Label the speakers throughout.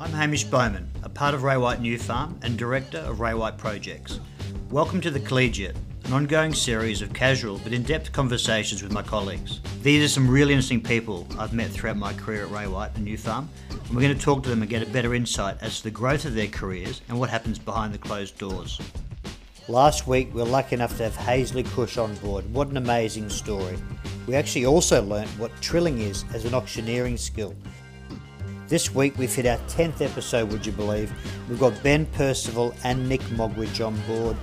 Speaker 1: I'm Hamish Bowman, a part of Ray White New Farm and director of Ray White Projects. Welcome to The Collegiate, an ongoing series of casual but in depth conversations with my colleagues. These are some really interesting people I've met throughout my career at Ray White and New Farm, and we're going to talk to them and get a better insight as to the growth of their careers and what happens behind the closed doors. Last week, we were lucky enough to have Hazley Cush on board. What an amazing story. We actually also learnt what trilling is as an auctioneering skill. This week, we've hit our 10th episode, would you believe? We've got Ben Percival and Nick Mogwidge on board,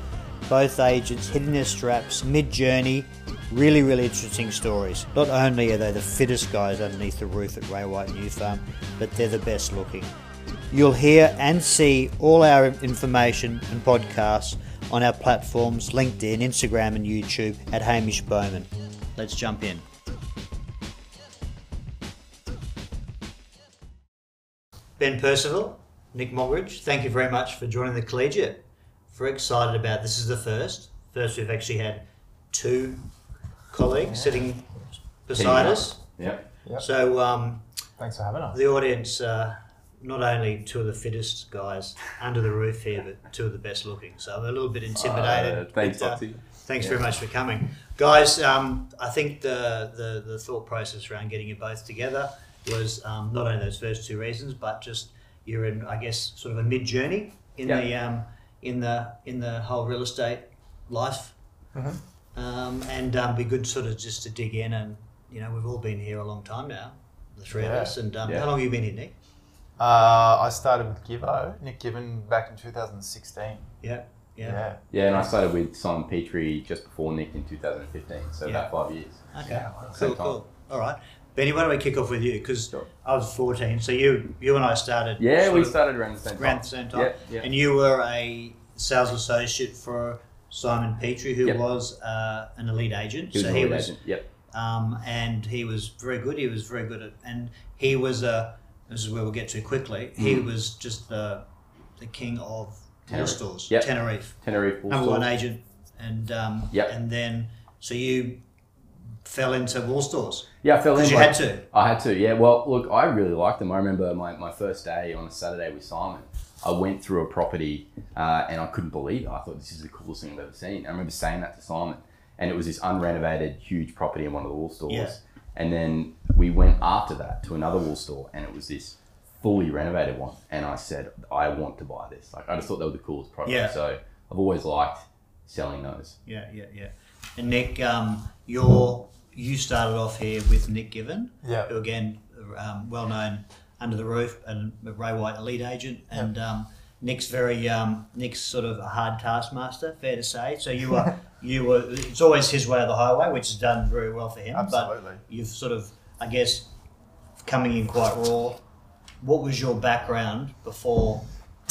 Speaker 1: both agents hitting their straps mid journey. Really, really interesting stories. Not only are they the fittest guys underneath the roof at Ray White New Farm, but they're the best looking. You'll hear and see all our information and podcasts on our platforms LinkedIn, Instagram, and YouTube at Hamish Bowman. Let's jump in. Ben Percival, Nick Mogridge, thank you very much for joining the Collegiate. Very excited about this. Is the first. First, we've actually had two colleagues sitting beside
Speaker 2: Teaming up.
Speaker 1: us.
Speaker 2: Yep.
Speaker 3: Yep.
Speaker 1: So um,
Speaker 3: Thanks for having us.
Speaker 1: the audience, uh, not only two of the fittest guys under the roof here, but two of the best looking. So I'm a little bit intimidated.
Speaker 2: Uh, thanks,
Speaker 1: but, uh,
Speaker 2: Foxy.
Speaker 1: Thanks
Speaker 2: Yeah.
Speaker 1: very much for coming, guys. Um, I think the, the the thought process around getting you both together was um, not only those first two reasons, but just you're in, I guess, sort of a mid journey in
Speaker 2: Yeah.
Speaker 1: the um, in the in the whole real estate life,
Speaker 2: Mm-hmm.
Speaker 1: um, and um, be good sort of just to dig in and you know we've all been here a long time now, the three of
Speaker 3: Yeah.
Speaker 1: us. And um,
Speaker 2: Yeah.
Speaker 1: how long have you been here, Nick?
Speaker 3: Uh, I started with Givo, Nick Given, back in 2016.
Speaker 1: Yeah, yeah.
Speaker 3: Yeah.
Speaker 2: Yeah, and I started with Simon Petrie just before Nick in 2015, so
Speaker 1: Yeah.
Speaker 2: about five years.
Speaker 1: Okay.
Speaker 3: Yeah,
Speaker 1: cool,
Speaker 2: same time.
Speaker 1: cool. All right, Benny. Why don't we kick off with you? Because
Speaker 2: Sure.
Speaker 1: I was 14, so you you and I started.
Speaker 2: Yeah,
Speaker 1: sort
Speaker 2: we
Speaker 1: of-
Speaker 2: started around the same time.
Speaker 1: around the same time.
Speaker 2: Yeah, yeah.
Speaker 1: And you were a sales associate for Simon Petrie, who
Speaker 2: Yep.
Speaker 1: was uh, an elite agent.
Speaker 2: He was
Speaker 1: so
Speaker 2: an
Speaker 1: he
Speaker 2: elite
Speaker 1: was,
Speaker 2: agent. Yep.
Speaker 1: um, and he was very good. He was very good at, and he was a. This is where we'll get to quickly. He was just the the king of all
Speaker 2: Mm-hmm. Tenerife.
Speaker 1: stores,
Speaker 2: Yep.
Speaker 1: Tenerife,
Speaker 2: Tenerife Full
Speaker 1: number one eh?
Speaker 2: Store.
Speaker 1: agent, and um,
Speaker 2: Yep.
Speaker 1: and then so you fell into wall stores
Speaker 2: Yeah, I fell in.
Speaker 1: because you
Speaker 2: like-
Speaker 1: had to.
Speaker 2: I had to, yeah. Well, look, I really liked them. I remember my, my first day on a Saturday with Simon. I went through a property uh, and I couldn't believe it. I thought this is the coolest thing I've ever seen. I remember saying that to Simon. And it was this unrenovated, huge property in one of the wool stores.
Speaker 1: Yeah.
Speaker 2: And then we went after that to another wool store and it was this fully renovated one. And I said, I want to buy this. Like, I just thought they were the coolest product.
Speaker 1: Yeah.
Speaker 2: So I've always liked selling those.
Speaker 1: Yeah, yeah, yeah. And Nick, um, you're, you started off here with Nick Given,
Speaker 3: Yeah.
Speaker 1: who again, um, well known under the roof and a Ray White elite agent. And um, Nick's very um, Nick's sort of a hard taskmaster, fair to say. So you were you were. It's always his way of the highway, which has done very well for him.
Speaker 3: Absolutely.
Speaker 1: But you've sort of, I guess, coming in quite raw. What was your background before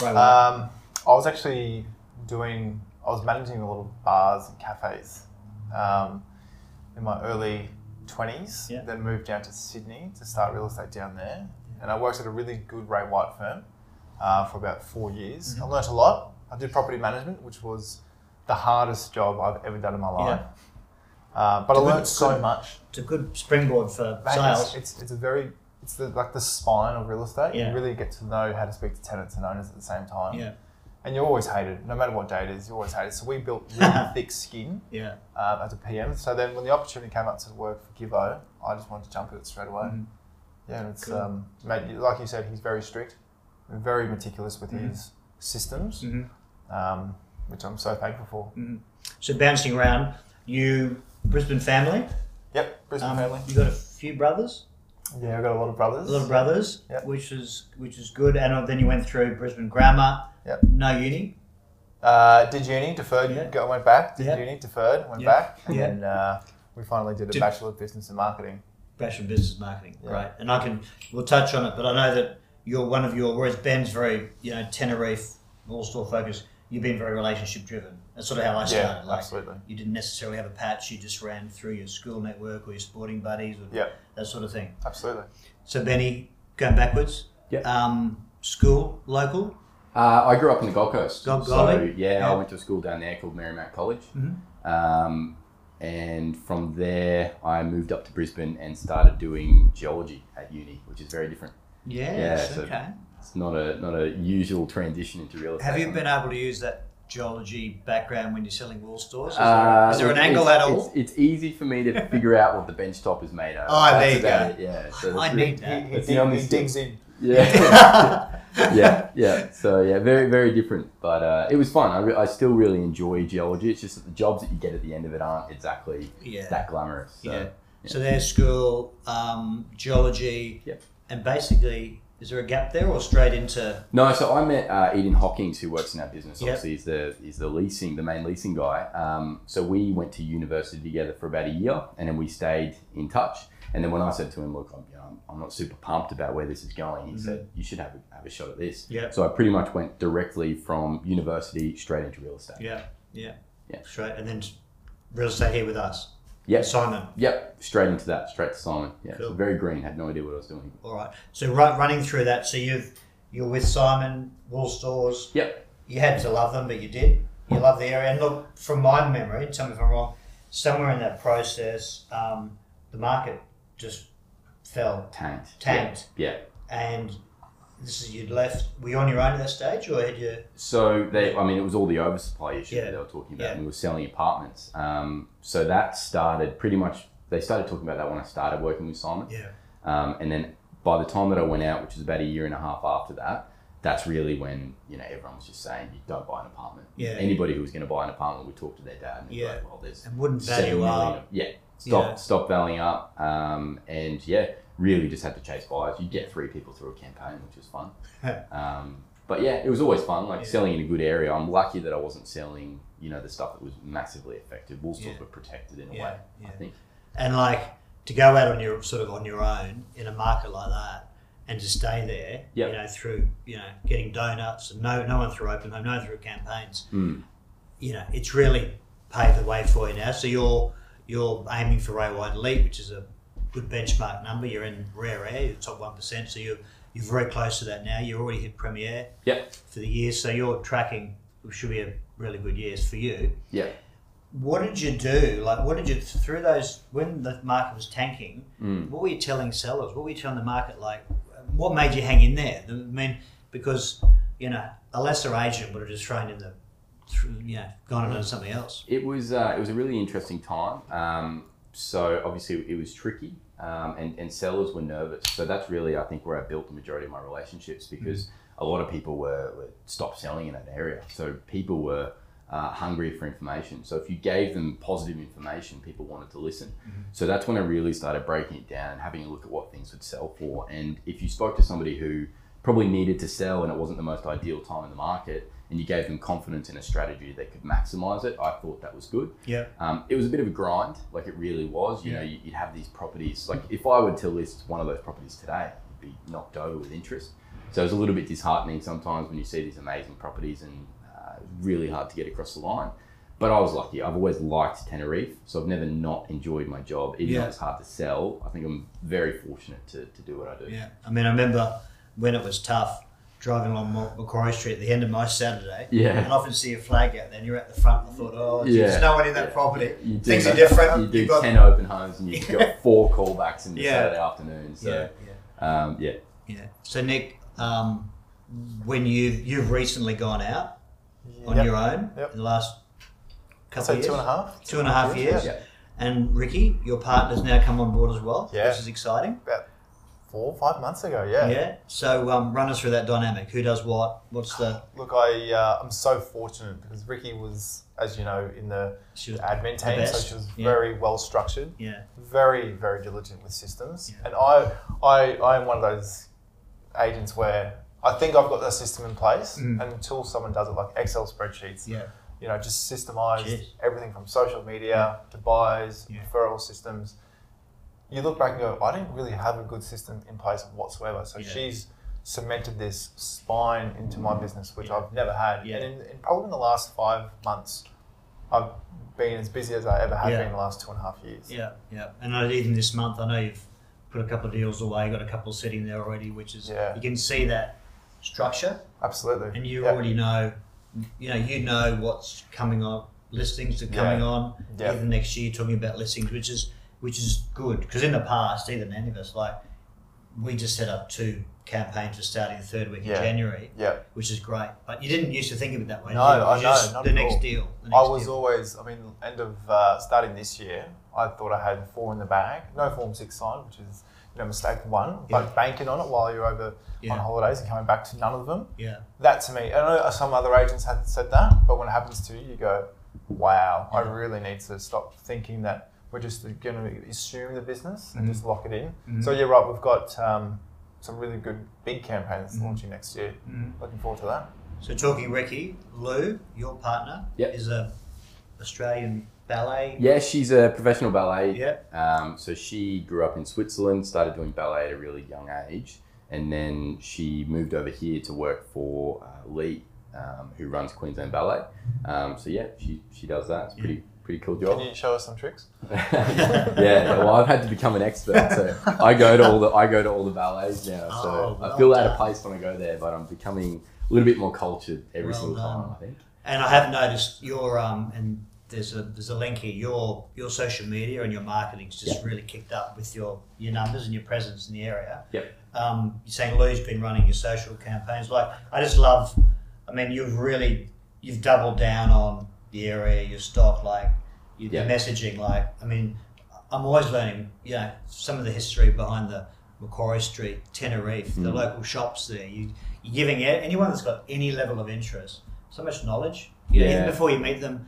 Speaker 1: Ray White?
Speaker 3: Um, I was actually doing, I was managing a lot of bars and cafes um, in my early 20s.
Speaker 1: Yeah.
Speaker 3: Then moved down to Sydney to start real estate down there. And I worked at a really good Ray White firm uh, for about four years. I learnt a lot. I did property management, which was the hardest job I've ever done in my life. Uh, but I
Speaker 1: Good-
Speaker 3: learnt so
Speaker 1: good-
Speaker 3: much.
Speaker 1: it's a good springboard for
Speaker 3: Mate,
Speaker 1: sales.
Speaker 3: it's, it's, it's a very it's the, like the spine of real estate.
Speaker 1: Yeah.
Speaker 3: You really get to know how to speak to tenants and owners at the same time.
Speaker 1: Yeah,
Speaker 3: And you're always hated, no matter what day it is. You're always hated. So we built really thick skin
Speaker 1: yeah.
Speaker 3: um, as a PM. So then when the opportunity came up to work for Givo, I just wanted to jump at it straight away. Yeah, and it's
Speaker 1: Cool.
Speaker 3: um, mate, like you said, he's very strict, very meticulous with his systems,
Speaker 1: Mhm.
Speaker 3: um, which I'm so thankful for.
Speaker 1: So bouncing around, you Brisbane family.
Speaker 3: Yep, Brisbane
Speaker 1: Um,
Speaker 3: family.
Speaker 1: You got a few brothers,
Speaker 3: Yeah, I've got a lot of brothers.
Speaker 1: a lot of brothers,
Speaker 3: Yep.
Speaker 1: which is which is good. And uh, then you went through Brisbane Grammar.
Speaker 3: Yep.
Speaker 1: No uni.
Speaker 3: Uh, did uni, deferred,
Speaker 1: Yeah.
Speaker 3: go, went back. Did
Speaker 1: Yeah.
Speaker 3: uni, deferred, went
Speaker 1: Yeah.
Speaker 3: back. And
Speaker 1: Yeah.
Speaker 3: then uh, we finally did a
Speaker 1: Did-
Speaker 3: Bachelor of Business and Marketing.
Speaker 1: Bachelor of Business Marketing.
Speaker 3: Yeah.
Speaker 1: Right. And I can we'll touch on it, but I know that you're one of your whereas Ben's very you know Tenerife all store focused. You've been very relationship driven. That's sort of how I
Speaker 3: Yeah,
Speaker 1: started. like,
Speaker 3: absolutely.
Speaker 1: You didn't necessarily have a patch. You just ran through your school network or your sporting buddies or
Speaker 3: Yeah,
Speaker 1: that sort of thing.
Speaker 3: absolutely.
Speaker 1: So Benny, going backwards.
Speaker 2: Yeah.
Speaker 1: Um, school local.
Speaker 2: Uh, I grew up in the Gold Coast.
Speaker 1: Gold-
Speaker 2: so,
Speaker 1: Goldie?
Speaker 2: yeah,
Speaker 1: Yeah.
Speaker 2: I went to a school down there called Merrimack College.
Speaker 1: Mhm.
Speaker 2: Um, and from there, I moved up to Brisbane and started doing geology at uni, which is very different.
Speaker 1: Yes,
Speaker 2: so-
Speaker 1: okay.
Speaker 2: It's not a not a usual transition into real estate.
Speaker 1: Have you been able to use that geology background when you're selling wall stores? Is,
Speaker 2: Uh,
Speaker 1: there, is there an
Speaker 2: it's-
Speaker 1: angle at
Speaker 2: it's,
Speaker 1: all?
Speaker 2: It's, it's easy for me to figure out what the bench top is made of.
Speaker 1: Oh, there you
Speaker 2: about
Speaker 1: go.
Speaker 2: it, Yeah. So
Speaker 1: I
Speaker 2: that's it.
Speaker 1: need
Speaker 3: He,
Speaker 1: that.
Speaker 3: he,
Speaker 2: That's the only
Speaker 3: dig- he digs in.
Speaker 2: Yeah. yeah, yeah. So yeah, very, very different. But uh, it was fun. I, re- I still really enjoy geology. It's just that the jobs that you get at the end of it aren't exactly
Speaker 1: Yeah.
Speaker 2: that glamorous. uh, So.
Speaker 1: yeah. So there's school, um, geology,
Speaker 2: Yep.
Speaker 1: and basically, is there a gap there or straight into?
Speaker 2: No, so I met uh, Eden Hawkins, who works in our business.
Speaker 1: Yep.
Speaker 2: Obviously, he's the he's the leasing, the main leasing guy. Um, so we went to university together for about a year, and then we stayed in touch. And then when I said to him, "Look, I'm, you know, I'm- I'm not super pumped about where this is going," he said, "You should have a, have a shot at this."
Speaker 1: Mm-hmm. Yep.
Speaker 2: So I pretty much went directly from university straight into real estate.
Speaker 1: Yeah, yeah,
Speaker 2: Yeah.
Speaker 1: Straight, and then real estate here with us,
Speaker 2: Yep.
Speaker 1: Simon.
Speaker 2: Yep, straight into that, straight to Simon. Yeah, so
Speaker 1: Cool.
Speaker 2: very green, had no idea what I was doing.
Speaker 1: All right. So run, running through that, so you've you're with Simon Wool Stores.
Speaker 2: Yep,
Speaker 1: You had to love them, but you did. You love the area, and look, from my memory, tell me if I'm wrong. Somewhere in that process, um, the market just fell,
Speaker 2: tanked.
Speaker 1: tanked.
Speaker 2: Yeah. yeah.
Speaker 1: and this is you'd left. Were you on your own at that stage, or had you?
Speaker 2: So they, I mean, it was all the oversupply issue
Speaker 1: Yeah.
Speaker 2: that they were talking about.
Speaker 1: Yeah.
Speaker 2: and We were selling apartments. Um, so that started pretty much. They started talking about that when I started working with Simon.
Speaker 1: Yeah,
Speaker 2: Um, and then by the time that I went out, which was about a year and a half after that, that's really when you know everyone was just saying you don't buy an apartment.
Speaker 1: Yeah.
Speaker 2: Anybody who was going to buy an apartment would talk to their dad. And yeah.
Speaker 1: Yeah.
Speaker 2: Like, well, there's
Speaker 1: and wouldn't
Speaker 2: seven
Speaker 1: value
Speaker 2: million
Speaker 1: up.
Speaker 2: of- Yeah, stop
Speaker 1: Yeah.
Speaker 2: stop valuing up, um, and yeah, really just had to chase buyers. You get three people through a campaign, which was fun. um, but yeah, it was always fun. Like
Speaker 1: Yeah.
Speaker 2: selling in a good area. I'm lucky that I wasn't selling, you know, the stuff that was massively affected. Wool stores
Speaker 1: Yeah.
Speaker 2: were protected in a
Speaker 1: Yeah,
Speaker 2: way.
Speaker 1: yeah.
Speaker 2: I think.
Speaker 1: and like to go out on your sort of on your own in a market like that and to stay there
Speaker 2: Yep.
Speaker 1: you know through you know getting donuts and no no one through open home no one through campaigns
Speaker 2: Mm.
Speaker 1: you know it's really paved the way for you now so you're you're aiming for railway elite which is a good benchmark number you're in rare air you're top 1% so you're you're very close to that now you've already hit premier
Speaker 2: Yep.
Speaker 1: for the year so you're tracking it should be a really good year for you
Speaker 2: Yeah.
Speaker 1: what did you do? Like, what did you through those when the market was tanking?
Speaker 2: Mm.
Speaker 1: What were you telling sellers? What were you telling the market? Like, what made you hang in there? I mean, because you know a lesser agent would have just thrown in the, through, you know, gone and done something else.
Speaker 2: It was uh, it was a really interesting time. Um, so obviously it was tricky, um, and and sellers were nervous. So that's really I think where I built the majority of my relationships because a lot of people were, were stopped selling in that area. So people were. Uh, hungry for information. So if you gave them positive information, people wanted to listen. So that's when I really started breaking it down and having a look at what things would sell for. And if you spoke to somebody who probably needed to sell and it wasn't the most ideal time in the market, and you gave them confidence in a strategy that could maximize it, I thought that was good.
Speaker 1: Yeah,
Speaker 2: Um, it was a bit of a grind, like it really was. You know, you- you'd have these properties. Like if I were to list one of those properties today, you'd be knocked over with interest. So it's a little bit disheartening sometimes when you see these amazing properties and uh, really hard to get across the line. But I was lucky. I've always liked Tenerife, so I've never not enjoyed my job. Even
Speaker 1: Yeah.
Speaker 2: though it's hard to sell, I think I'm very fortunate to, to do what I do.
Speaker 1: yeah. I mean, I remember when it was tough driving along Mac- Macquarie Street at the end of my Saturday.
Speaker 2: Yeah.
Speaker 1: and often see a flag out there, and you're at the front. And I thought, oh, gee,
Speaker 2: Yeah.
Speaker 1: there's no one in that
Speaker 2: Yeah.
Speaker 1: property.
Speaker 2: You do
Speaker 1: Things are
Speaker 2: that-
Speaker 1: different.
Speaker 2: You do
Speaker 1: You've got-
Speaker 2: ten open homes, and you've got four callbacks in the
Speaker 1: Yeah.
Speaker 2: Saturday afternoon. So
Speaker 1: yeah, yeah.
Speaker 2: Um, yeah.
Speaker 1: Yeah. So Nick, um, when you you've recently gone out on
Speaker 3: Yep.
Speaker 1: your own
Speaker 3: Yep.
Speaker 1: in the last couple
Speaker 3: So
Speaker 1: of years,
Speaker 3: two and a half.
Speaker 1: Two and a half years.
Speaker 2: Yeah.
Speaker 1: And Ricky, your partner's now come on board as well,
Speaker 3: Yeah.
Speaker 1: which is exciting.
Speaker 3: About four, five months ago.
Speaker 1: Yeah.
Speaker 3: Yeah.
Speaker 1: So um, run us through that dynamic. Who does what? What's the?
Speaker 3: Look, I uh, I'm so fortunate because Ricky was, as you know, in the
Speaker 1: She was,
Speaker 3: admin team, so
Speaker 1: best,
Speaker 3: she was
Speaker 1: yeah.
Speaker 3: very well structured.
Speaker 1: yeah.
Speaker 3: very very diligent with systems
Speaker 1: Yeah.
Speaker 3: and I, I i am one of those agents where i think i've got that system in place
Speaker 1: Mm.
Speaker 3: and until someone does it like excel spreadsheets
Speaker 1: Yeah.
Speaker 3: you know just systemized
Speaker 1: Cheers.
Speaker 3: everything from social media to buys
Speaker 1: Yeah.
Speaker 3: referral systems you look back and go i didn't really have a good system in place whatsoever so
Speaker 1: Yeah.
Speaker 3: she's cemented this spine into my business which
Speaker 1: Yeah.
Speaker 3: i've never had
Speaker 1: Yeah.
Speaker 3: and in, in probably in the last five months i've been as busy as i ever have
Speaker 1: Yeah.
Speaker 3: been in the last two and a half years
Speaker 1: Yeah. Yeah. And I- even this month, I know you've put a couple of deals away. Got a couple sitting there already, which is
Speaker 3: Yeah.
Speaker 1: you can see that structure.
Speaker 3: Absolutely.
Speaker 1: and you
Speaker 3: Yeah.
Speaker 1: already know, you know, you know what's coming on, listings are
Speaker 3: Yeah.
Speaker 1: coming on
Speaker 3: Yeah.
Speaker 1: even next year. Talking about listings, which is which is good because in the past, even any of us like we just set up two campaigns for starting the third week
Speaker 3: Yeah.
Speaker 1: in January,
Speaker 3: Yeah.
Speaker 1: which is great. But you didn't used to think of it that way.
Speaker 3: No,
Speaker 1: did you? It was
Speaker 3: I
Speaker 1: just
Speaker 3: know, not
Speaker 1: the
Speaker 3: at
Speaker 1: next
Speaker 3: all.
Speaker 1: deal. The
Speaker 3: I
Speaker 1: next
Speaker 3: was
Speaker 1: deal.
Speaker 3: always, I mean, end of uh, starting this year, I thought I had four in the bag, no form six signed, which is you know mistake one,
Speaker 1: Yeah.
Speaker 3: but banking on it while you're over
Speaker 1: Yeah.
Speaker 3: on holidays and coming back to none of them.
Speaker 1: yeah.
Speaker 3: That to me, I know some other agents had said that, but when it happens to you, you go, wow, I
Speaker 1: Yeah.
Speaker 3: really need to stop thinking that we're just going to assume the business
Speaker 1: Mm-hmm.
Speaker 3: and just lock it in. So you're right, we've got um, some really good big campaigns
Speaker 1: Mm-hmm.
Speaker 3: launching next year. Looking forward to that.
Speaker 1: So talking Ricky, Lou, your partner,
Speaker 2: Yep.
Speaker 1: is a Australian ballet.
Speaker 2: Yeah, she's a professional ballet.
Speaker 1: Yeah.
Speaker 2: Um, so she grew up in Switzerland, started doing ballet at a really young age, and then she moved over here to work for uh, Lee, um, who runs Queensland Ballet. Um, so yeah, she, she does that. It's pretty pretty cool job.
Speaker 3: Can you show us some tricks?
Speaker 2: yeah, well, I've had to become an expert, so I go to all the I go to all the ballets now. So
Speaker 1: Oh, well
Speaker 2: I feel out
Speaker 1: done.
Speaker 2: of place when I go there, but I'm becoming a little bit more cultured every
Speaker 1: Well
Speaker 2: single
Speaker 1: done.
Speaker 2: time. I think.
Speaker 1: And I have noticed your um and there's a there's a link here. Your your social media and your marketing's just really kicked up with your your numbers and your presence in the area.
Speaker 2: Yep.
Speaker 1: Um, you're saying Lou's been running your social campaigns. Like I just love. I mean, you've really you've doubled down on the area, your stock, like your your
Speaker 2: Yeah.
Speaker 1: messaging. Like I mean, I'm always learning. You know, some of the history behind the Macquarie Street, Tenerife, the
Speaker 2: Mm.
Speaker 1: local shops there. You you're giving a- anyone that's got any level of interest so much knowledge. You know, even
Speaker 2: Yeah.
Speaker 1: before you meet them,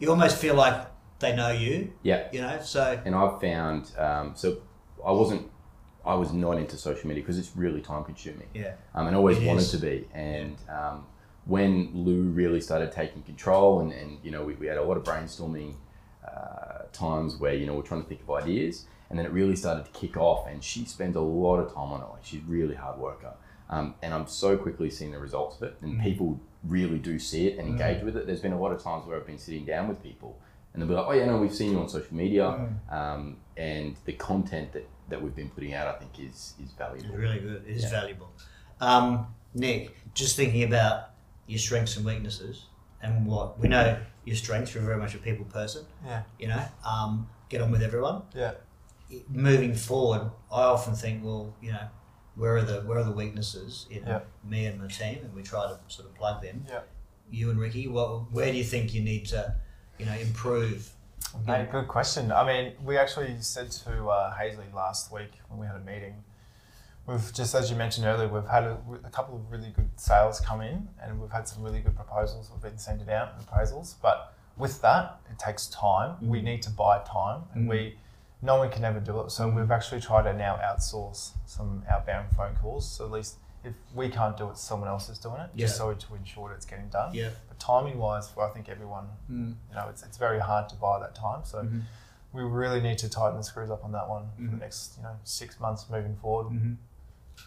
Speaker 1: you almost feel like they know you.
Speaker 2: Yeah.
Speaker 1: You know, so
Speaker 2: and I've found um, so I wasn't I was not into social media because it's really time consuming
Speaker 1: yeah,
Speaker 2: um, and always
Speaker 1: It
Speaker 2: wanted
Speaker 1: is.
Speaker 2: to be and um, when Lou really started taking control and, and you know we, we had a lot of brainstorming uh, times where you know we're trying to think of ideas and then it really started to kick off and she spends a lot of time on it like she's really hard worker um, and I'm so quickly seeing the results of it and people really do see it and engage with it there's been a lot of times where I've been sitting down with people and they'll be like oh yeah no we've seen you on social media um, and the content that, that we've been putting out I think is is
Speaker 1: it's
Speaker 2: valuable
Speaker 1: really good. It is
Speaker 2: Yeah.
Speaker 1: valuable. Um, Nick, just thinking about your strengths and weaknesses and what we know your strengths. You're very much a people person.
Speaker 3: Yeah.
Speaker 1: You know, um, get on with everyone.
Speaker 3: Yeah.
Speaker 1: I- Moving forward, I often think, well, you know, where are the where are the weaknesses in
Speaker 3: Yeah.
Speaker 1: me and my team, and we try to sort of plug them.
Speaker 3: Yeah.
Speaker 1: You and Ricky, what, where do you think you need to, you know, improve?
Speaker 3: Mate, good question. I mean, we actually said to uh, Hazley last week when we had a meeting. We've just, as you mentioned earlier, we've had a, a couple of really good sales come in, and we've had some really good proposals. We've been sending out proposals, but with that, it takes time.
Speaker 1: Mm.
Speaker 3: We need to buy time, and we no one can ever do it. So
Speaker 1: Mm.
Speaker 3: we've actually tried to now outsource some outbound phone calls. So at least if we can't do it, someone else is doing it, just
Speaker 1: Yeah.
Speaker 3: so to ensure that it's getting done.
Speaker 1: Yeah.
Speaker 3: But timing wise, well, I think everyone
Speaker 1: Mm.
Speaker 3: you know, it's, it's very hard to buy that time. So
Speaker 1: Mm-hmm.
Speaker 3: we really need to tighten the screws up on that one for the next, you know, six months moving forward.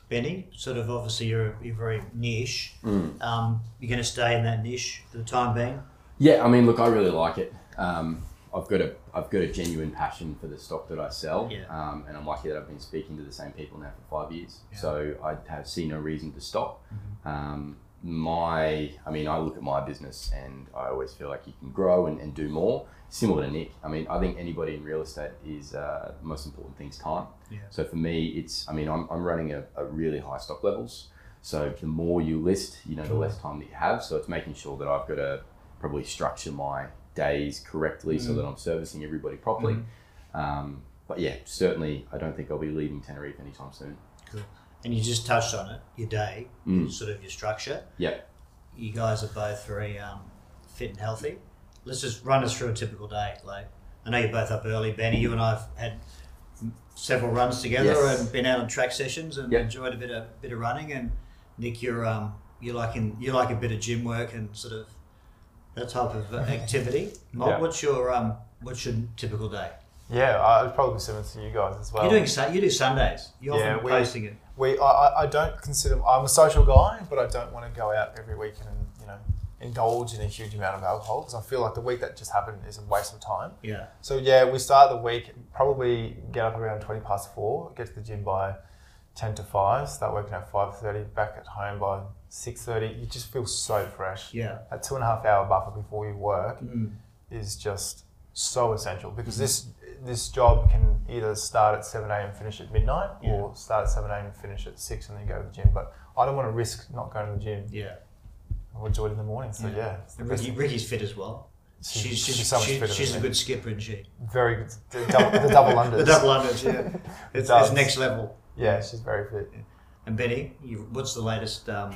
Speaker 1: Benny, sort of obviously you're, you're very niche. Um, you're going to stay in that niche for the time being.
Speaker 2: Yeah, I mean, look, I really like it. Um, I've got a I've got a genuine passion for the stock that I sell,
Speaker 1: Yeah.
Speaker 2: um, and I'm lucky that I've been speaking to the same people now for five years. So I have see no reason to stop.
Speaker 1: Mm-hmm.
Speaker 2: Um, my, I mean, I look at my business and I always feel like you can grow and, and do more. Similar to Nick, I mean, I think anybody in real estate is uh, the most important thing is time.
Speaker 1: Yeah.
Speaker 2: So for me, it's I mean, I'm, I'm running a, a really high stock levels. So the more you list, you know, the less time that you have. So it's making sure that I've got to probably structure my days correctly so that I'm servicing everybody properly. Um, but yeah, certainly, I don't think I'll be leaving Tenerife anytime soon.
Speaker 1: Cool. And you just touched on it, your day,
Speaker 2: Mm.
Speaker 1: sort of your structure.
Speaker 2: Yeah.
Speaker 1: You guys are both very um, fit and healthy. Let's just run us through a typical day. Like I know you're both up early, Benny. You and I've had several runs together
Speaker 2: Yes.
Speaker 1: and been out on track sessions and
Speaker 2: Yep.
Speaker 1: enjoyed a bit of bit of running. And Nick, you're um, you like in you like a bit of gym work and sort of that type of uh, activity. Mike,
Speaker 3: Yeah.
Speaker 1: what's your um, what's your typical day?
Speaker 3: Yeah, I it's probably similar to you guys as well.
Speaker 1: Mm-hmm. You're doing Sun- you do Sundays. You're
Speaker 3: Yeah,
Speaker 1: often
Speaker 3: we-
Speaker 1: posting it.
Speaker 3: we, I, I- I don't consider, I'm a social guy, but I don't want to go out every weekend and, you know, indulge in a huge amount of alcohol because I feel like the week that just happened is a waste of time.
Speaker 1: Yeah.
Speaker 3: So yeah, we start the week probably get up around twenty past four, get to the gym by ten to five, start working at five thirty, back at home by six thirty. You just feel so fresh.
Speaker 1: Yeah.
Speaker 3: That two and a half hour buffer before you work is just so essential because this this job can either start at 7 a.m. finish at midnight or start at 7 a.m. finish at 6 and then go to the gym. But I don't want to risk not going to the gym.
Speaker 1: Yeah.
Speaker 3: I want to do it in the morning. So, yeah. it's the best.
Speaker 1: Ricky, Ricky's fit as well.
Speaker 3: She's-
Speaker 1: She's, she's,
Speaker 3: she's so much
Speaker 1: she's-
Speaker 3: fitter than
Speaker 1: she's a
Speaker 3: me.
Speaker 1: good skipper, isn't she?
Speaker 3: Very good. The double, the double unders.
Speaker 1: The double unders, yeah. It's, it's
Speaker 3: does.
Speaker 1: next level.
Speaker 3: Yeah, she's very fit.
Speaker 1: And Benny, you, what's the latest? Um,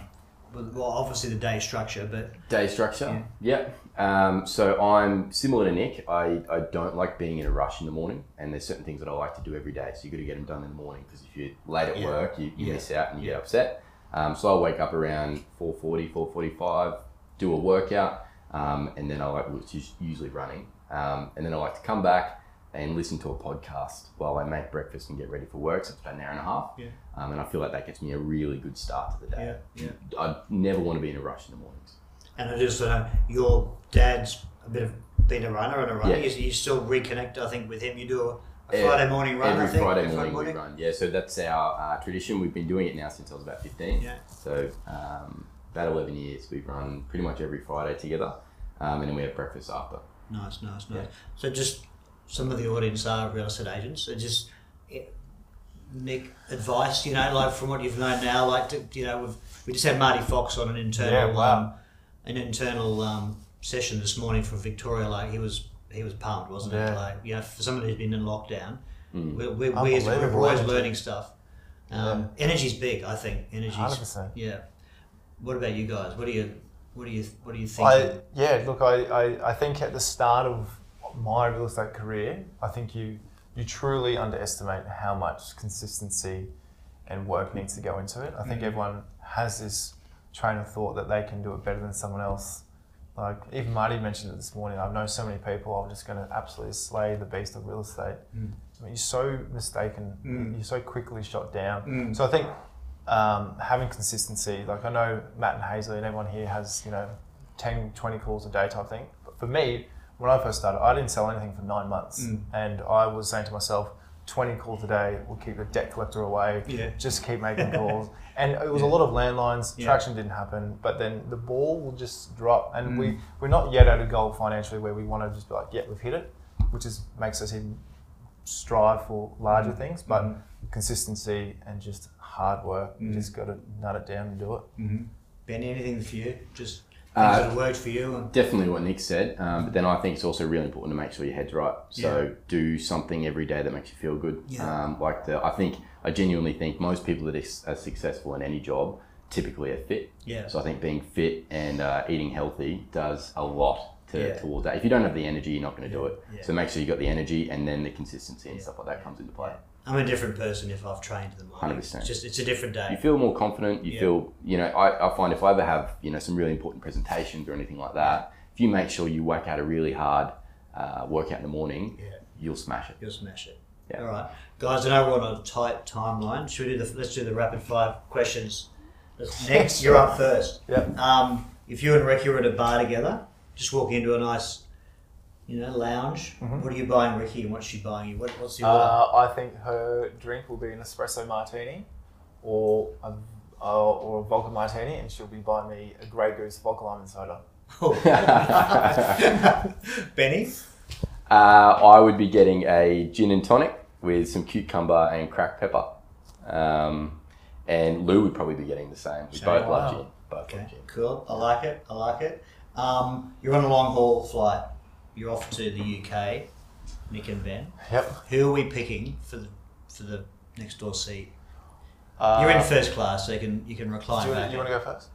Speaker 1: well, obviously the day structure, but
Speaker 2: Day structure. Yeah. Um, so I'm similar to Nick. I, I don't like being in a rush in the morning, and there's certain things that I like to do every day. So you got to get them done in the morning because if you're late at
Speaker 1: Yeah.
Speaker 2: work, you, you
Speaker 1: Yeah.
Speaker 2: miss out and you get upset. Um, so I wake up around 4:40, 4:45, do a workout, um, and then I like which is usually running, um, and then I like to come back and listen to a podcast while I make breakfast and get ready for work. So it's about an hour and a half,
Speaker 1: Yeah.
Speaker 2: um, and I feel like that gets me a really good start to the day.
Speaker 1: Yeah,
Speaker 2: I never want to be in a rush in the mornings.
Speaker 1: and it is uh, your dad's a bit of been a runner and a runner.
Speaker 2: Yeah.
Speaker 1: You, you still reconnect, I think, with him. You do a, a
Speaker 2: Yeah.
Speaker 1: Friday morning run. I
Speaker 2: Every
Speaker 1: think,
Speaker 2: Friday morning we run. Yeah, so that's our uh, tradition. We've been doing it now since I was about 15.
Speaker 1: Yeah.
Speaker 2: So um, about 11 years we've run pretty much every Friday together. Um, and then we have breakfast after.
Speaker 1: Nice, nice, nice.
Speaker 2: Yeah.
Speaker 1: So just some of the audience are real estate agents. So just eh, Nick, advice, you know, like from what you've known now, like to, you know, we've, we just had Marty Fox on an internal
Speaker 3: Yeah, wow.
Speaker 1: um, an internal um, session this morning from Victoria. Like he was he was pumped, wasn't it?
Speaker 3: Yeah.
Speaker 1: Like you know, for someone who's been in lockdown,
Speaker 2: Mm.
Speaker 1: we're, we're, we're, we're
Speaker 3: Unbelievable,
Speaker 1: always
Speaker 3: isn't it?
Speaker 1: learning stuff. Um, Energy's big, I think. Energy's
Speaker 3: 100%.
Speaker 1: yeah. What about you guys? What do you what do you what do you think?
Speaker 3: I, yeah, look, I, I, I think at the start of my real estate career, I think you you truly underestimate how much consistency and work needs to go into it. I think everyone has this train of thought that they can do it better than someone else. Like even Marty mentioned it this morning. I've known so many people. I'm just going to absolutely slay the beast of real estate. I mean, you're so mistaken. You're so quickly shot down. So I think um, having consistency. Like I know Matt and Hazley and everyone here has, you know, 10, 20 calls a day type thing. But for me, when I first started, I didn't sell anything for nine months. And I was saying to myself, 20 calls a day will keep the debt collector away.
Speaker 1: Yeah.
Speaker 3: Just keep making calls. And it was a lot of landlines.
Speaker 1: Yeah.
Speaker 3: Traction didn't happen. But then the ball will just drop. And
Speaker 1: Mm.
Speaker 3: we, we're not yet at a goal financially where we want to just be like, yeah, we've hit it, which is makes us even strive for larger
Speaker 1: Mm.
Speaker 3: things, but consistency and just hard work.
Speaker 1: Mm.
Speaker 3: You just got to nut it down and do it.
Speaker 1: Benny, anything for you? Just things
Speaker 2: Uh,
Speaker 1: that have worked for you? And,
Speaker 2: Definitely what Nick said. Um, but then I think it's also really important to make sure your head's right. So do something every day that makes you feel good.
Speaker 1: Yeah.
Speaker 2: Um, like the, I think, I genuinely think most people that is- are successful in any job typically are fit.
Speaker 1: yeah.
Speaker 2: So I think being fit and uh, eating healthy does a lot to,
Speaker 1: Yeah.
Speaker 2: towards that. If you don't have the energy, you're not going to do it.
Speaker 1: Yeah.
Speaker 2: So make sure you got the energy, and then the consistency and stuff like that comes into play.
Speaker 1: I'm a different person if I've trained in the morning.
Speaker 2: 100%.
Speaker 1: It's just it's a different
Speaker 2: You
Speaker 1: day.
Speaker 2: feel more confident. You
Speaker 1: Yeah.
Speaker 2: feel, you know, I, I find if I ever have, you know, some really important presentations or anything like that, if you make sure you work out a really hard uh, workout in the morning,
Speaker 1: Yeah.
Speaker 2: you'll smash it.
Speaker 1: You'll smash it.
Speaker 2: Yeah.
Speaker 1: All right, guys. I know we're on a tight timeline. Should we do the let's do the rapid fire questions? Let's- Next, you're up first.
Speaker 3: Yep.
Speaker 1: Um, if you and Ricky were at a bar together, just walking into a nice, you know, lounge.
Speaker 2: Mm-hmm.
Speaker 1: What are you buying, Ricky, and what's she buying you? What, what's the order?
Speaker 3: Uh, I think her drink will be an espresso martini or a, uh, or a vodka martini, and she'll be buying me a Grey Goose vodka lime and soda.
Speaker 1: Benny.
Speaker 2: Uh, I would be getting a gin and tonic with some cucumber and cracked pepper. Um, and Lou would probably be getting the same. We
Speaker 1: Same.
Speaker 2: both love
Speaker 3: Wow.
Speaker 2: gin. Both
Speaker 1: Okay,
Speaker 2: love gin.
Speaker 1: cool. I like it. I like it. Um, you're on a long haul flight. You're off to the UK, Nick and Ben.
Speaker 3: Yep.
Speaker 1: Who are we picking for the for the next door seat?
Speaker 3: Uh,
Speaker 1: You're in first class, so you can you can recline
Speaker 3: Do you,
Speaker 1: back.
Speaker 3: want to go first?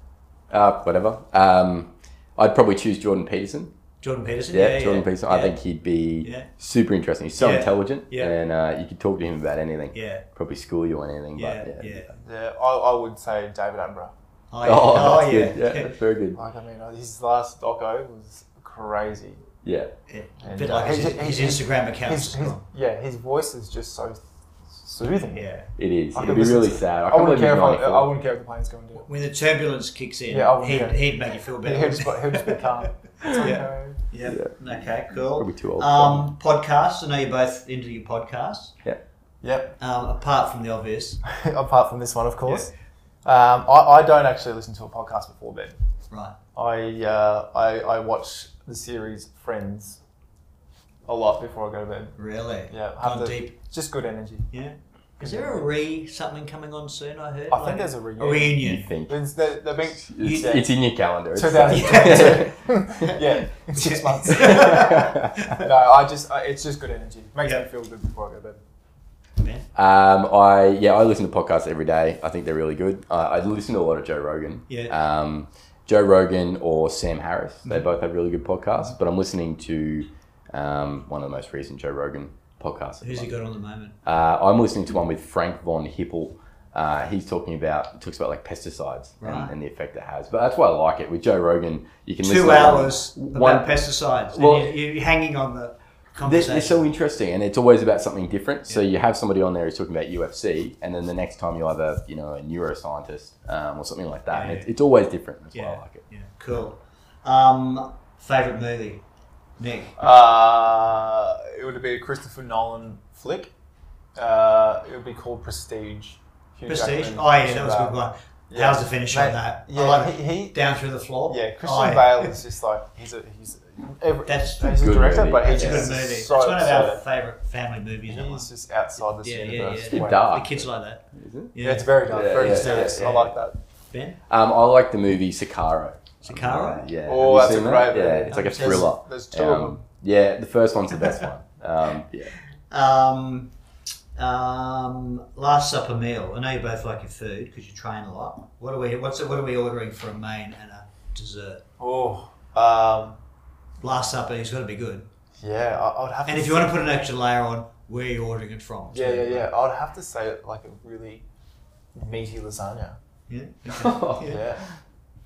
Speaker 2: Uh, whatever. Um, I'd probably choose Jordan Peterson.
Speaker 1: Jordan Peterson.
Speaker 2: Yeah, Jordan Peterson. I
Speaker 1: yeah,
Speaker 2: think he'd be
Speaker 1: Yeah.
Speaker 2: super interesting. He's so
Speaker 1: Yeah.
Speaker 2: intelligent,
Speaker 1: Yeah.
Speaker 2: and uh, you could talk to him about anything.
Speaker 1: Yeah.
Speaker 2: Probably school you on anything,
Speaker 1: Yeah,
Speaker 2: but yeah.
Speaker 1: yeah.
Speaker 3: Yeah, I, I would say David Attenborough.
Speaker 1: Oh, yeah.
Speaker 2: Oh,
Speaker 1: Oh,
Speaker 2: that's
Speaker 1: yeah.
Speaker 2: good. Yeah, that's very good.
Speaker 3: Like, I mean, uh, his last doco was crazy.
Speaker 2: Yeah.
Speaker 1: Yeah. A bit
Speaker 3: And, uh,
Speaker 1: like his,
Speaker 3: he's-
Speaker 1: his
Speaker 3: he's-
Speaker 1: Instagram account.
Speaker 3: His, his, yeah, his voice is just so soothing.
Speaker 1: yeah.
Speaker 2: It is.
Speaker 3: I
Speaker 2: It'd
Speaker 3: could
Speaker 2: be
Speaker 3: listen
Speaker 2: really
Speaker 3: to-
Speaker 2: sad. I,
Speaker 3: I,
Speaker 2: can't
Speaker 3: wouldn't
Speaker 2: believe
Speaker 3: care
Speaker 2: he's
Speaker 3: if I, I
Speaker 2: 94.
Speaker 3: wouldn't care if the plane's going to do it.
Speaker 1: When the turbulence kicks in,
Speaker 3: Yeah, I would-
Speaker 1: he'd,
Speaker 3: yeah.
Speaker 1: he'd make you feel better.
Speaker 3: He'll just, he'll just be calm. It's
Speaker 1: Yeah.
Speaker 3: okay.
Speaker 1: Yeah.
Speaker 2: Yeah.
Speaker 1: Okay. Cool.
Speaker 2: Probably too old for
Speaker 1: Um, podcasts. I know you're both into your podcasts.
Speaker 3: Yep.
Speaker 1: Um, apart from the obvious,
Speaker 3: Apart from this one, of course. Um, I, I don't actually listen to a podcast before bed.
Speaker 1: right?
Speaker 3: I, uh, I I watch the series Friends a lot before I go to bed.
Speaker 1: Really?
Speaker 3: Yeah, have
Speaker 1: Gone
Speaker 3: the-
Speaker 1: deep.
Speaker 3: Just good energy.
Speaker 1: Yeah. Is there a re something coming on soon? I heard.
Speaker 3: I think there's a reunion.
Speaker 2: You
Speaker 1: reunion.
Speaker 2: think
Speaker 3: It's, they, they've been
Speaker 2: it's,
Speaker 1: You-
Speaker 2: it's in your calendar. It's
Speaker 3: 2022. yeah, in six months. no, I just, I, it's just good energy. Makes
Speaker 1: Yeah.
Speaker 3: me feel good before I go to bed.
Speaker 1: Man.
Speaker 2: Um, I yeah, I listen to podcasts every day. I think they're really good. I, I listen to a lot of Joe Rogan.
Speaker 1: Yeah.
Speaker 2: Um, Joe Rogan or Sam Harris. They both have really good podcasts. But I'm listening to um, one of the most recent Joe Rogan podcasts. at the
Speaker 1: Who's he
Speaker 2: moment.
Speaker 1: got on the moment?
Speaker 2: Uh, I'm listening to one with Frank von Hippel. Uh, he's talking about talks about like pesticides
Speaker 1: Right.
Speaker 2: and, and the effect it has. But that's why I like it with Joe Rogan. You can listen
Speaker 1: Two
Speaker 2: to one-
Speaker 1: hours about
Speaker 2: one-
Speaker 1: pesticides.
Speaker 2: Well-
Speaker 1: and you, you're hanging on the
Speaker 2: They're,
Speaker 1: conversation.
Speaker 2: they're so interesting, and it's always about something different. So you have somebody on there who's talking about UFC, and then the next time you have a you know a neuroscientist um, or something like that.
Speaker 1: Yeah,
Speaker 2: And
Speaker 1: yeah.
Speaker 2: It's, it's always different. That's why
Speaker 1: yeah.
Speaker 2: I like it.
Speaker 1: yeah. Cool. Um, favorite movie, Nick.
Speaker 3: Uh, it would be a Christopher Nolan flick. Uh, it would be called Prestige. Hugh
Speaker 1: Prestige.
Speaker 3: Jackman.
Speaker 1: Oh yeah, that was a good
Speaker 3: Bale.
Speaker 1: one.
Speaker 3: Yeah.
Speaker 1: How's the finish on
Speaker 3: Mate,
Speaker 1: that? I
Speaker 3: Yeah,
Speaker 1: love it.
Speaker 3: he, he-
Speaker 1: Down through the floor.
Speaker 3: yeah, Christian
Speaker 1: Oh,
Speaker 3: Bale is just like he's a he's a, every,
Speaker 1: That's-
Speaker 3: he's a
Speaker 2: Good
Speaker 3: director,
Speaker 2: movie.
Speaker 3: but
Speaker 1: It's
Speaker 3: he's
Speaker 1: a
Speaker 2: Yeah.
Speaker 1: good
Speaker 3: just
Speaker 1: movie.
Speaker 3: so
Speaker 1: it's one of our
Speaker 3: so-
Speaker 1: favourite family movies. that one.
Speaker 3: He's just outside this
Speaker 1: Yeah, yeah,
Speaker 3: universe.
Speaker 1: yeah.
Speaker 2: It's
Speaker 3: way.
Speaker 2: dark.
Speaker 1: The kids like that.
Speaker 2: Is it?
Speaker 3: Yeah, it's very dark,
Speaker 2: Yeah,
Speaker 3: very
Speaker 2: yeah,
Speaker 3: serious.
Speaker 1: yeah,
Speaker 3: I
Speaker 1: yeah.
Speaker 3: like that.
Speaker 1: Ben.
Speaker 2: Um, I like the movie Sicario.
Speaker 1: Sicario?
Speaker 2: Yeah.
Speaker 3: Oh,
Speaker 2: Have
Speaker 3: that's
Speaker 2: you
Speaker 3: a
Speaker 2: seen
Speaker 3: great
Speaker 2: that? Yeah,
Speaker 3: movie.
Speaker 2: it's like a
Speaker 1: I've seen it.
Speaker 2: thriller.
Speaker 3: There's two of
Speaker 2: Um,
Speaker 3: them.
Speaker 2: yeah, the first one's the best one. Um, yeah.
Speaker 1: Um, um, Last Supper meal. I know you both like your food because you train a lot. What are we? What's what are we ordering for a main and a dessert?
Speaker 3: Oh, um,
Speaker 1: Last Supper is got to be good.
Speaker 3: yeah, I, I would have.
Speaker 1: And
Speaker 3: to
Speaker 1: if you want to put an extra layer on, where are you ordering it from?
Speaker 3: yeah, yeah, yeah, I would have to say like a really meaty lasagna.
Speaker 1: yeah.
Speaker 2: oh,
Speaker 1: Yeah.
Speaker 3: Yeah.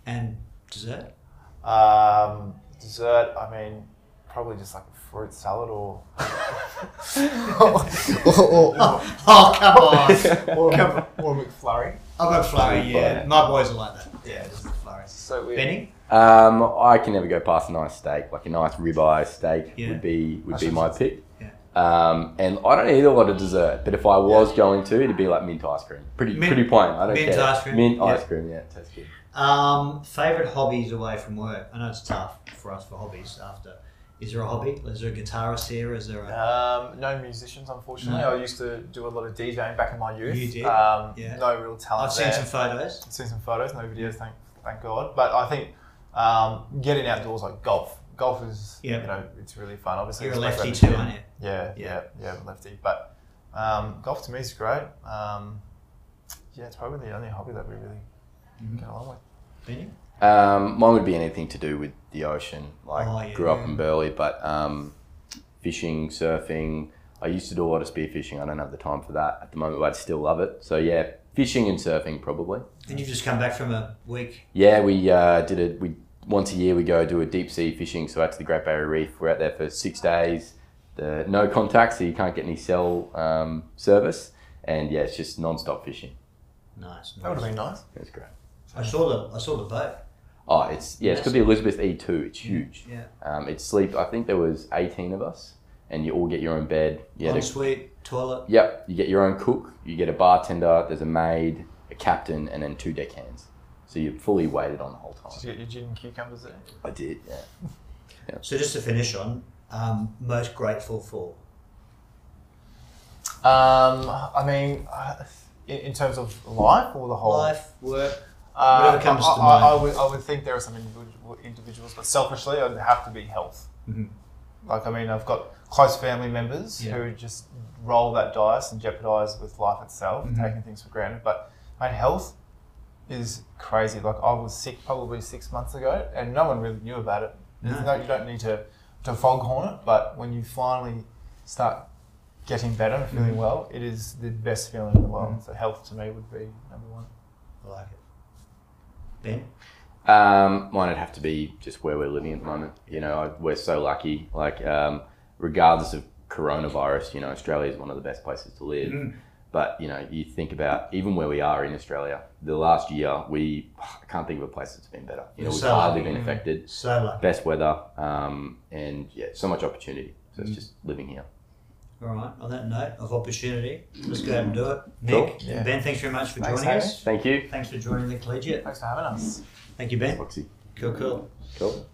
Speaker 1: And dessert.
Speaker 3: Um, dessert, I mean, probably just like a fruit salad or. Oh, or,
Speaker 1: Oh, oh, come on!
Speaker 3: or, or, McFlurry.
Speaker 1: I've got flurry. Yeah,
Speaker 2: Yeah.
Speaker 1: my boys are like that. Yeah, just the flurry.
Speaker 3: So weird.
Speaker 1: Benny.
Speaker 2: Um, I can never go past a nice steak. Like a nice ribeye steak
Speaker 1: Yeah.
Speaker 2: would be would
Speaker 3: That's
Speaker 2: be
Speaker 3: what
Speaker 2: my
Speaker 3: it is.
Speaker 2: pick.
Speaker 1: Yeah.
Speaker 2: Um, and I don't eat a lot of dessert, but if I was going to, it'd be like mint ice cream. Pretty
Speaker 1: Mint-
Speaker 2: pretty plain. I don't
Speaker 1: mint
Speaker 2: care.
Speaker 1: ice cream,
Speaker 2: Mint
Speaker 1: yeah.
Speaker 2: ice cream. Yeah, tastes good.
Speaker 1: Um, favorite hobbies away from work. I know it's tough for us for hobbies. After, is there a hobby? Is there a guitarist here? Is there a
Speaker 3: Um, no musicians, unfortunately.
Speaker 1: No.
Speaker 3: I used to do a lot of DJing back in my youth.
Speaker 1: You did?
Speaker 3: Um,
Speaker 1: Yeah.
Speaker 3: No real talent.
Speaker 1: I've seen
Speaker 3: there.
Speaker 1: some photos.
Speaker 3: seen some photos, no videos, thank thank God. But I think um, getting outdoors like golf. Golf is
Speaker 1: Yeah.
Speaker 3: you know, it's really fun. Obviously,
Speaker 1: You're a
Speaker 3: it's
Speaker 1: lefty
Speaker 3: great
Speaker 1: too,
Speaker 3: for-
Speaker 1: aren't you?
Speaker 3: Yeah, yeah, yeah, I'm a lefty. But um, golf to me is great. Um, yeah, it's probably the only hobby that we really
Speaker 1: Mm-hmm.
Speaker 3: get along with.
Speaker 1: Benny?
Speaker 2: Um, mine would be anything to do with the ocean. Like
Speaker 1: Oh, yeah.
Speaker 2: grew up in Burley, but um, fishing, surfing. I used to do a lot of spearfishing. I don't have the time for that at the moment, but I still love it. So yeah, fishing and surfing probably.
Speaker 1: And you've just come back from a week.
Speaker 2: Yeah, we uh, did it. We once a year we go do a deep sea fishing. So out to the Great Barrier Reef. We're out there for six days. The no contact, so you can't get any cell um, service. And yeah, it's just non-stop fishing.
Speaker 1: Nice.
Speaker 3: That would have
Speaker 1: nice.
Speaker 3: been nice.
Speaker 2: It's great.
Speaker 1: I saw the I saw the boat.
Speaker 2: Oh, it's yeah, it's called the Elizabeth E two.
Speaker 1: Mm.
Speaker 2: It's huge.
Speaker 1: Yeah.
Speaker 2: Um, it's sleep. I think there was eighteen of us, and you all get your own bed. You had a-
Speaker 1: Ensuite, toilet.
Speaker 2: yep. You get your own cook. You get a bartender. There's a maid, a captain, and then two deckhands. So you're fully weighted on the whole
Speaker 3: Did
Speaker 2: time.
Speaker 3: you get your gin and cucumbers there?
Speaker 2: I did. Yeah.
Speaker 1: So just to finish on, um, most grateful for.
Speaker 3: Um, I mean, uh, in, in terms of life or the whole
Speaker 1: Life, work.
Speaker 3: Uh,
Speaker 1: Whatever comes
Speaker 3: I,
Speaker 1: to
Speaker 3: I-
Speaker 1: mind.
Speaker 3: I, would, I would think there are some individual, individuals, but selfishly, I'd have to be health.
Speaker 1: Mhm.
Speaker 3: Like, I mean, I've got close family members
Speaker 1: Yeah.
Speaker 3: who just roll that dice and jeopardize with life itself,
Speaker 1: Mhm.
Speaker 3: taking things for granted. But my health is crazy. Like, I was sick probably six months ago, and no one really knew about it.
Speaker 1: No.
Speaker 3: No, you don't need to, to foghorn it, but when you finally start getting better and feeling well, it is the best feeling in the world. So, health to me would be number one.
Speaker 1: I like it. Ben.
Speaker 2: Um, mine would have to be just where we're living at the moment. You know, I, we're so lucky. Like, um, regardless of coronavirus, you know, Australia is one of the best places to live.
Speaker 1: Mm.
Speaker 2: But you know, you think about even where we are in Australia. The last year, we I can't think of a place that's been better. You know, we've
Speaker 1: So
Speaker 2: hardly
Speaker 1: lucky. Mm.
Speaker 2: been affected.
Speaker 1: So lucky.
Speaker 2: Best weather, um, and yeah, so much opportunity. So
Speaker 1: Mm.
Speaker 2: it's just living here.
Speaker 1: All right. On that note of opportunity, let's go ahead and do it.
Speaker 2: Cool.
Speaker 1: Nick and
Speaker 3: Yeah.
Speaker 1: Ben, thanks very much for
Speaker 3: Thanks,
Speaker 1: joining
Speaker 3: Harry.
Speaker 1: us.
Speaker 2: Thank you,
Speaker 1: Thanks for joining the collegiate.
Speaker 3: Thanks for having us.
Speaker 1: Thank you, Ben.
Speaker 2: Foxy.
Speaker 1: Cool, cool.
Speaker 2: Cool.